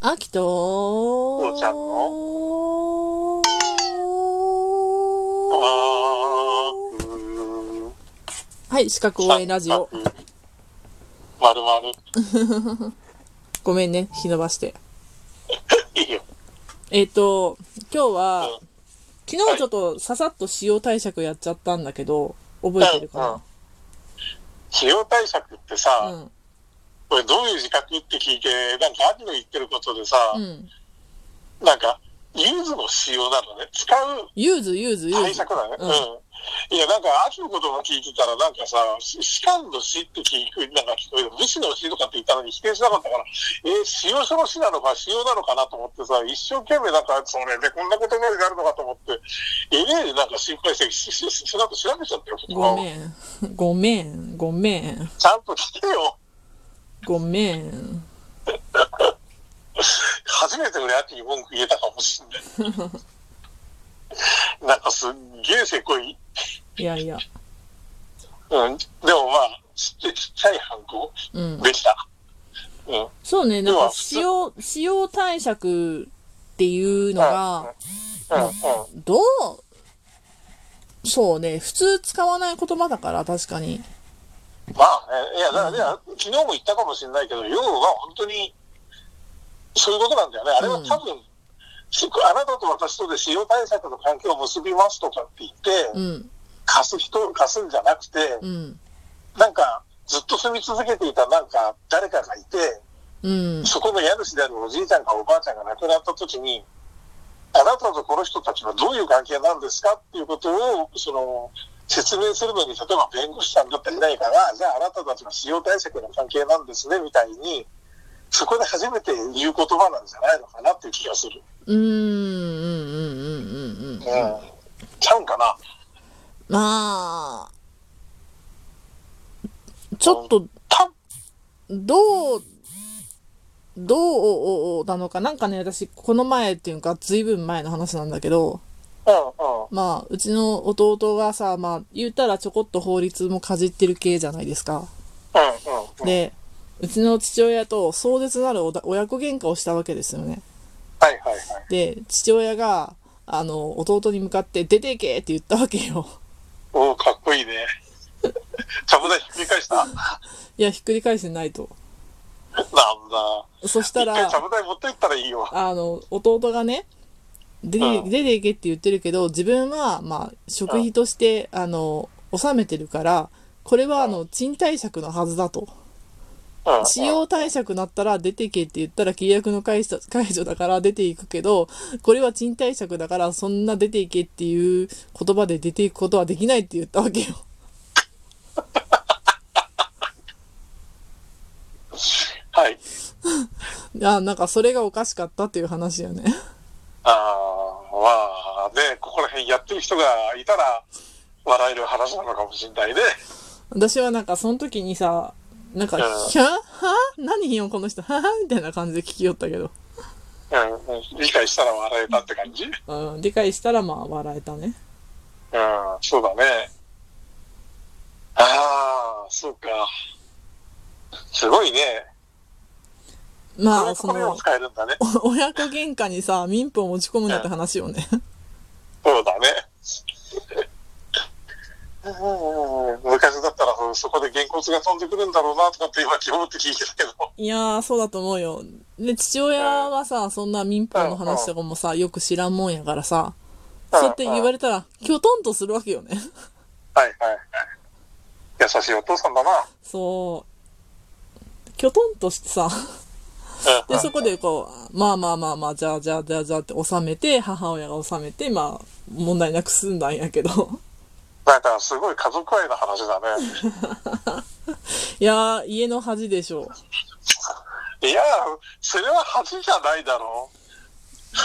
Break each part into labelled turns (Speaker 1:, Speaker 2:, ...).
Speaker 1: あきとこ
Speaker 2: うちゃん
Speaker 1: の
Speaker 2: あー
Speaker 1: はい、四角応援ラジオ。。
Speaker 2: まるまる。
Speaker 1: ごめんね、引き伸ばして。
Speaker 2: いいよ。
Speaker 1: えっ、と、今日
Speaker 2: うん
Speaker 1: は、昨日ちょっとささっと使用対策やっちゃったんだけど、覚えてるか
Speaker 2: 費用対策って
Speaker 1: な
Speaker 2: さ、
Speaker 1: うん。
Speaker 2: これどういう自覚って聞いて、なんか兄の言ってることでさ、
Speaker 1: うん。
Speaker 2: なんか、ユーズの使用なのね。使う
Speaker 1: ユーズ、ユーズ、ユー
Speaker 2: 対
Speaker 1: ズ。
Speaker 2: 策なのね。
Speaker 1: う
Speaker 2: うんん。いや、なんか、秋のことが聞いてたら、なんかさ、し士官の死って聞く、なんか聞こえる、武士の死とかって言ったのに否定しなかったから、えー、使用書の死なのか、使用なのかなと思ってさ、一生懸命なんか、それでこんな言葉になるのかと思って、ええでなんか心配して、し、し、し、しなんか調べちゃったよ、
Speaker 1: ごめん。ごめん。ごめん。
Speaker 2: ちゃんと聞けよ。
Speaker 1: ごめん。
Speaker 2: 初めて俺、秋に文句言えたかもしんない。なんかすっげえせこい。
Speaker 1: いやいや。
Speaker 2: うん。でもまあ、ちっちゃい反抗
Speaker 1: うん。
Speaker 2: できた。うん。
Speaker 1: そうね、なん
Speaker 2: 要
Speaker 1: か
Speaker 2: は
Speaker 1: 使用、使用対策っていうのが、
Speaker 2: うんうん。
Speaker 1: どうそうね、普通使わない言葉だから、確かに。
Speaker 2: まあね、いや、だから、いや昨日も言ったかもしれないけど、要は本当に、そういうことなんだよね。あれは多分、すぐあなたと私とで使用対策の関係を結びますとかって言って、
Speaker 1: うん、
Speaker 2: 貸す人、貸すんじゃなくて、
Speaker 1: うん、
Speaker 2: なんか、ずっと住み続けていたなんか、誰かがいて、
Speaker 1: うん、
Speaker 2: そこの家主であるおじいちゃんかおばあちゃんが亡くなった時に、あなたとこの人たちはどういう関係なんですかっていうことを、その、説明するのに、例えば弁護士さんだったりないから、じゃああなたたちは使用対策の関係なんですね、みたいに、そこで初めて言う言葉なんじゃないのかなっていう気がする。
Speaker 1: うん、うん、うん、うん、うん
Speaker 2: うん。。ちゃうんかな
Speaker 1: まあ、ちょっと、
Speaker 2: た
Speaker 1: どう、どうなのか。なんかね、私、この前っていうか、ずいぶん前の話なんだけど、
Speaker 2: うんうん。
Speaker 1: まあ、うちの弟がさ、まあ、言ったらちょこっと法律もかじってる系じゃないですか。
Speaker 2: うんうん。はい
Speaker 1: で、うちの父親と壮絶なるおだ親子喧嘩をしたわけですよね。
Speaker 2: はいはい。
Speaker 1: で、父親が、あの、弟に向かって、出ていけって言ったわけよ。
Speaker 2: おおかっこいいね。ちゃぶ台ひっくり返した。なん
Speaker 1: いや、ひっくり返してないと。
Speaker 2: だ。
Speaker 1: そし
Speaker 2: 一
Speaker 1: た
Speaker 2: 回
Speaker 1: ら
Speaker 2: ちゃ、ぶ台持って行ったらいいよ。
Speaker 1: あの、弟がね、出て、
Speaker 2: うん
Speaker 1: 出ていけって言ってるけど、自分は、まあ、食費として、あの、納めてるから、これは、あの、賃貸借のはずだと。
Speaker 2: うんうん
Speaker 1: 使用貸借なったら出てけって言ったら契約の解除解除だから出ていくけど、これは賃貸借だからそんな出ていけっていう言葉で出ていくことはできないって言ったわけよ。
Speaker 2: はい。
Speaker 1: あなんかそれがおかしかったっていう話よね。
Speaker 2: ああ、まあね、ここら辺やってる人がいたら、笑える話なのかもしれないね。
Speaker 1: 私はなんかその時にさ、なんか、
Speaker 2: うん
Speaker 1: ひゃは何よこの人、はみたいな感じで聞きよったけど。
Speaker 2: うんうん、理解したら笑えたって感じ。うん、
Speaker 1: うん、理解したらまあ笑えたね。
Speaker 2: そうだね。ああ、そうか。すごいね。こ
Speaker 1: まあ、
Speaker 2: れこ
Speaker 1: そ
Speaker 2: こでも
Speaker 1: の、
Speaker 2: 使えるんだね。
Speaker 1: お 親子喧嘩にさ、民法を持ち込むなって話よね。
Speaker 2: そうだね。 うん昔だったらそそこでげんこつが飛んでくるんだろうなとかって今希望って聞いてたけど。
Speaker 1: いやー、そうだと思うよ。で、父親はさ、そんな民法の話とかもさ、よく知らんもんやからさ、そうやって言われたら、きょとんとするわけよね。
Speaker 2: はいはいはい。優しいお父さんだな。
Speaker 1: そう。きょとんとして さ、
Speaker 2: うん
Speaker 1: で、そこでこう、まあまあまあまあ、じゃあじゃあじゃあじゃあって収めて、母親が収めて、まあ、問題なく済んだんやけど。
Speaker 2: なんかすごい家族愛の話だね。
Speaker 1: いやー、家の恥でしょ
Speaker 2: いや、それは恥じゃないだろ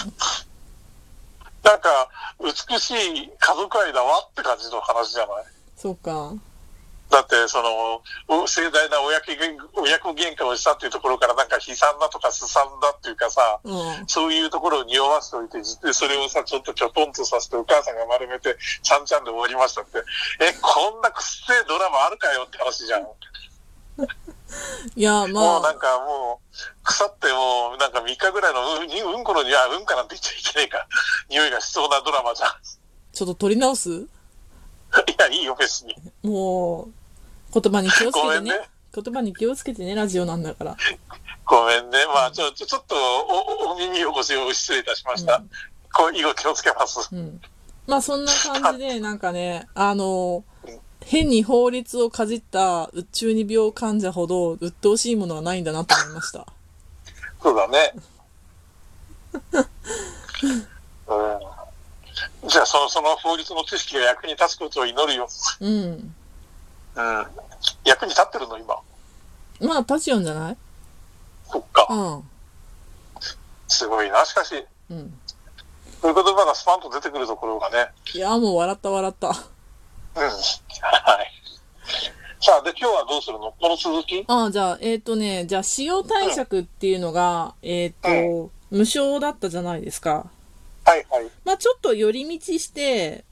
Speaker 2: う。なんか、美しい家族愛だわって感じの話じゃない。
Speaker 1: そうか。
Speaker 2: だって、その、お盛大な親子喧親子喧嘩をしたっていうところから、なんか悲惨だとかすさんだっていうかさ、
Speaker 1: うん。
Speaker 2: そういうところを匂わしておいて、でそれをさ、ちょっときょとんとさせて、お母さんが丸めて、ちゃんちゃんで終わりましたって、え、こんなくっせえドラマあるかよって話じゃん。
Speaker 1: いや、
Speaker 2: もう
Speaker 1: ま
Speaker 2: なん
Speaker 1: あ、
Speaker 2: かもう、腐ってもうなんか3日ぐらいのう、うん、うんこの匂い、あうんかなんて言っちゃいけないか、 匂いがしそうなドラマじゃん。
Speaker 1: ちょっと取り直す
Speaker 2: いや、いいよ、別に。
Speaker 1: もう、言葉に気をつけ
Speaker 2: ごめ
Speaker 1: て
Speaker 2: ん
Speaker 1: ね
Speaker 2: ね
Speaker 1: 言葉に気をつけてね、ラジオなんだから。
Speaker 2: ごめんね。まあ、ちょ、ちょ、ちょっとお、お、お耳汚しを失礼いたしました。こう、以後気をつけます。
Speaker 1: うん。まあ、そんな感じで、なんかね、あの、変に法律をかじった宇宙に病患者ほど鬱陶しいものはないんだなと思いました。
Speaker 2: そうだ ね。うん。じゃあ、その、その法律の知識が役に立つことを祈るよ。
Speaker 1: うん。
Speaker 2: うん。役に立ってるの、今。
Speaker 1: まあ、パチオンじゃない
Speaker 2: そっか。
Speaker 1: う
Speaker 2: すごいな。しかし、
Speaker 1: ん。うん。
Speaker 2: そういう言葉がスパンと出てくるところがね。
Speaker 1: いや、もう笑った笑った。
Speaker 2: うん。はい。さあ、で、今日はどうするのこの続き
Speaker 1: ああ、じゃあ、えっ、とね、じゃあ、使用対策っていうのが、えっ、と、無償だったじゃないですか。
Speaker 2: はい、はい。
Speaker 1: まあ、ちょっと寄り道して、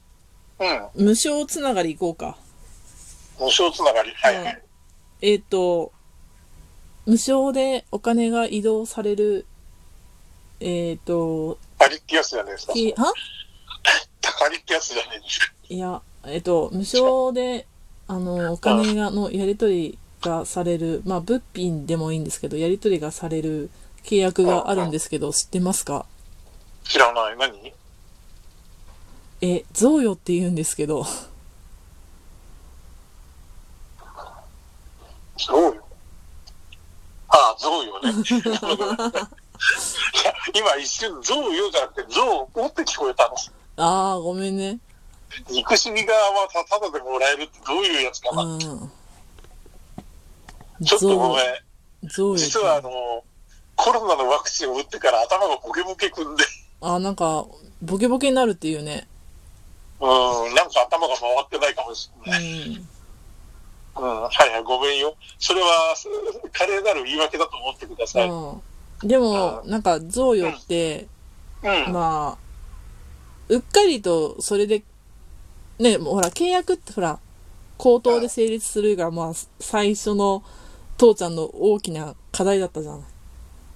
Speaker 2: うん。
Speaker 1: 無償つながりいこうか。
Speaker 2: 無償つながり。はい、はい。
Speaker 1: えっ、と、無償でお金が移動される、えっ、と、
Speaker 2: パリッキやつじゃないですか。
Speaker 1: きは
Speaker 2: パリッキやつじゃないですか。
Speaker 1: いや、えっ、と、無償で、あの、お金が、のやり取りがされる、まあ、物品でもいいんですけど、やり取りがされる契約があるんですけど、知ってますか
Speaker 2: 知らない。何
Speaker 1: え、贈与って言うんですけど、
Speaker 2: そうよ。ああ、贈与ね。いや、今一瞬、贈与じゃなくて、贈与って聞こえたの。
Speaker 1: ああ、ごめんね。
Speaker 2: 憎しみ側はたただでもらえるってどういうやつか
Speaker 1: う
Speaker 2: な。
Speaker 1: ん。
Speaker 2: ちょっとごめん。
Speaker 1: 贈与。
Speaker 2: 実はあの、コロナのワクチンを打ってから頭がボケボケくんで、
Speaker 1: あー、なんか、ボケボケになるっていうね。
Speaker 2: うん、なんか頭が回ってないかもし
Speaker 1: う
Speaker 2: れない。
Speaker 1: ん。
Speaker 2: うん、はいはい、ごめんよ。それは、す華麗なる言い訳だと思ってください。うん。
Speaker 1: うん、でも、なんか、贈与って、まあ、うっかりと、それで、ね、もうほら、契約ってほら、口頭で成立するが、まあ、最初の、父ちゃんの大きな課題だったじゃない。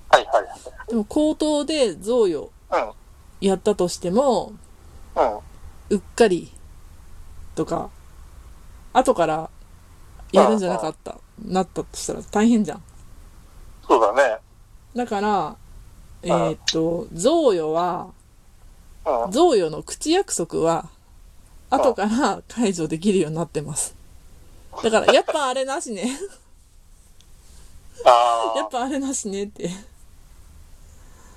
Speaker 2: はいはい。
Speaker 1: でも、口頭で贈与やったとしても、
Speaker 2: うん、うん。
Speaker 1: うっかりとか、後からやるんじゃなかった、なったとしたら大変じゃん。
Speaker 2: そうだね。
Speaker 1: だから、えーっと、贈与は、
Speaker 2: うん。
Speaker 1: 贈与の口約束は、後から解除できるようになってます。だから、やっぱあれなしね。
Speaker 2: あ
Speaker 1: やっ
Speaker 2: あ、
Speaker 1: ぱあれなしねって。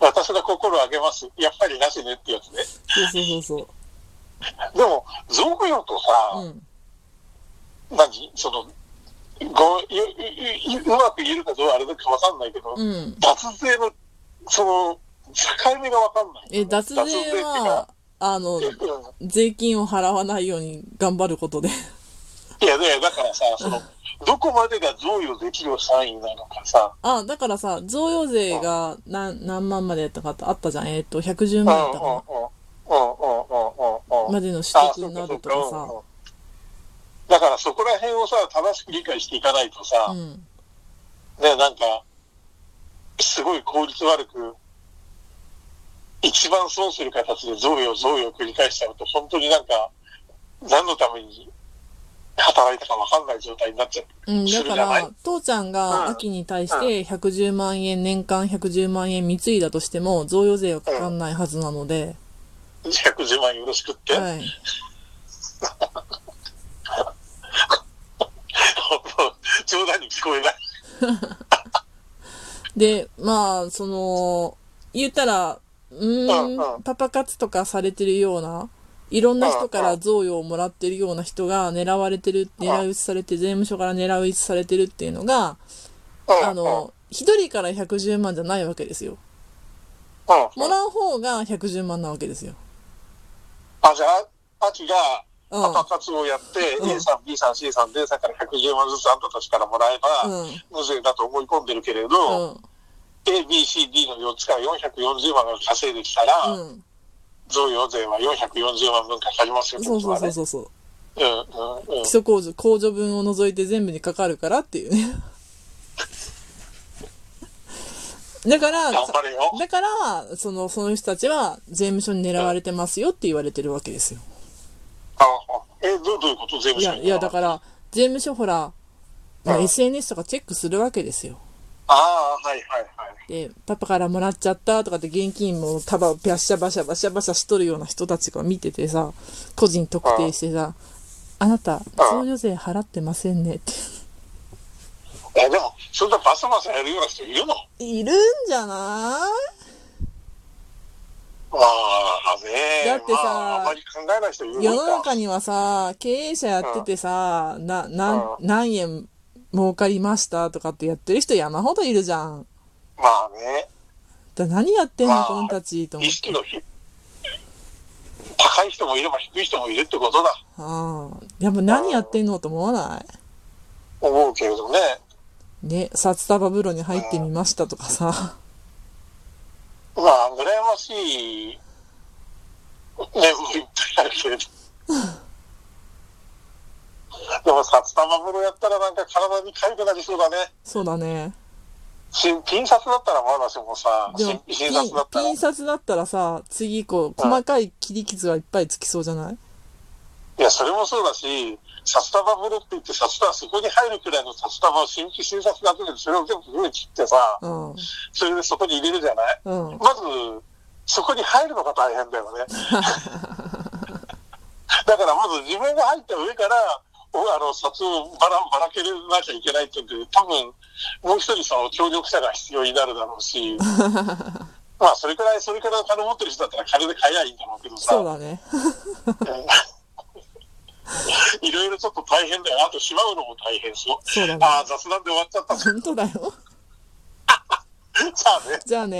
Speaker 2: 私が心をあげます。やっぱりなしねってやつね。
Speaker 1: そうそうそうそ
Speaker 2: でも、贈与と
Speaker 1: う。う
Speaker 2: さ、
Speaker 1: ん。
Speaker 2: 何その、ごゆゆゆうまく言えるかどうかあれだかわかんないけど、
Speaker 1: うん。
Speaker 2: 脱税の、その、境目がわかんない。
Speaker 1: え、脱税
Speaker 2: っていう
Speaker 1: は
Speaker 2: か、、
Speaker 1: あの、
Speaker 2: うん
Speaker 1: 税金を払わないように頑張ることで。
Speaker 2: いや、だだからさ、その、どこまでが贈与できる範囲なのかさ、
Speaker 1: あ、だからさ、贈与税が何何万までやったかあったじゃん。えっ、と、110
Speaker 2: うんう
Speaker 1: 万
Speaker 2: ん
Speaker 1: や
Speaker 2: うん
Speaker 1: ったか
Speaker 2: うんうんうんうんうん
Speaker 1: な。までの取
Speaker 2: あ
Speaker 1: 得
Speaker 2: そう
Speaker 1: にな
Speaker 2: かそ
Speaker 1: る
Speaker 2: う
Speaker 1: と
Speaker 2: かうん
Speaker 1: か
Speaker 2: うんだからそこら辺をさ、正しく理解していかないとさ、
Speaker 1: さ。うん。
Speaker 2: ね、なんか、すごい効率悪く、一番損する形で贈与贈与を繰り返しちゃうと、本当になんか、何のために働いたかわかんない状態になっちゃう。
Speaker 1: うん、
Speaker 2: す
Speaker 1: だ
Speaker 2: るじ
Speaker 1: か
Speaker 2: ゃない
Speaker 1: ら、父ちゃんが
Speaker 2: うん
Speaker 1: 秋に対して110万円、年間110万円貢いだとしても、贈与税はかかんないはずなので、
Speaker 2: 110万よろしくって。
Speaker 1: はい。
Speaker 2: 冗談に聞こえない。
Speaker 1: で、まあ、その、言ったら、う
Speaker 2: うん
Speaker 1: ー
Speaker 2: うん
Speaker 1: ん、パパ活とかされてるような、いろんな人か
Speaker 2: うん
Speaker 1: ら
Speaker 2: うん
Speaker 1: 贈与をもらってるような人が狙われてる、狙い撃ちされて、税務署から狙い撃ちされてるっていうのが、あの、一人から110万じゃないわけですよ。
Speaker 2: うん、う
Speaker 1: も
Speaker 2: ん、
Speaker 1: らう方が110万なわけですよ。
Speaker 2: あ、じゃあ、秋が
Speaker 1: うん。
Speaker 2: パパ活をやって、
Speaker 1: うん
Speaker 2: A さん、B さん、C さん、D さんから110万ずつあんたたちからもらえば、
Speaker 1: うん。
Speaker 2: 無税だと思い込んでるけれ
Speaker 1: う
Speaker 2: ど、
Speaker 1: ん。
Speaker 2: A、B、C、D の4つから440万が稼いできたら、
Speaker 1: うん。
Speaker 2: 贈与税は440万分かかりますよ、
Speaker 1: そうそうそう
Speaker 2: そ
Speaker 1: そうそう。
Speaker 2: う。うん、うん、うん
Speaker 1: 基。礎控除、控除分を除いて全部にかかるからっていうね。だから、
Speaker 2: 頑張れよ。
Speaker 1: だから、その、その人たちは税務署に狙われてますよって言われてるわけですよ。
Speaker 2: ああえ、どうどういうこと税務
Speaker 1: い
Speaker 2: 署
Speaker 1: や、
Speaker 2: に
Speaker 1: いや、だから、税務署ほら、まあ
Speaker 2: うん
Speaker 1: SNS とかチェックするわけですよ。
Speaker 2: ああ、はいはいはい。
Speaker 1: で、パパからもらっちゃったとかって現金も束をバシャバシャバシャバシャしとるような人たちが見ててさ、個人特定してさ、あなた、相助税払ってませんねって。
Speaker 2: え、でも、そんなバサバサやるような人いるの
Speaker 1: いるんじゃない
Speaker 2: まあね
Speaker 1: だってさ
Speaker 2: まあ、あんまり考えない人いる
Speaker 1: 世の
Speaker 2: のか。
Speaker 1: 中にはさ、経営者やっててさ、な、なん、
Speaker 2: う
Speaker 1: 何円儲かりましたとかってやってる人山ほどいるじゃん。
Speaker 2: まあね、
Speaker 1: だ何やってんの
Speaker 2: まあ
Speaker 1: この人たちと思
Speaker 2: 意
Speaker 1: っ
Speaker 2: 識のひ高い人もいれば低い人もいるってことだ。
Speaker 1: て。うん。やっぱ何やってんのと思わない
Speaker 2: 思うけれどね。
Speaker 1: ね、札束風呂に入ってみましたとかさ。
Speaker 2: まあ、羨ましい、ね、もういっぱいある けれど。でも、札束風呂やったらなんか体に痒くなりそうだね。
Speaker 1: そうだね。
Speaker 2: 新ピン札だったらまだしもさ、
Speaker 1: でも
Speaker 2: 新、
Speaker 1: ピン
Speaker 2: 新札だったら
Speaker 1: ピン。札だったらさ、次こう、
Speaker 2: うん
Speaker 1: 細かい切り傷がいっぱいつきそうじゃない
Speaker 2: いや、それもそうだし、札束風呂って言って、札束、そこに入るくらいの札束を新規新札が出て、それを全部上に切ってさ、
Speaker 1: うん。
Speaker 2: それでそこに入れるじゃない
Speaker 1: うん。
Speaker 2: まず、そこに入るのが大変だよね。だからまず自分が入った上から、おあの、札をばら、ばらけなきゃいけないって言うんで、多分、もう一人その協力者が必要になるだろ うし、まあ、それくらい、それくらい金持ってる人だったら金で買えばいいんだろうけどさ、
Speaker 1: そうだね。
Speaker 2: うん いろいろちょっと大変だよ。あと、しまうのも大変そう。
Speaker 1: そうだね。
Speaker 2: ああ、雑談で終わっちゃった。
Speaker 1: 本当だよ。
Speaker 2: じゃあね。
Speaker 1: じゃあね。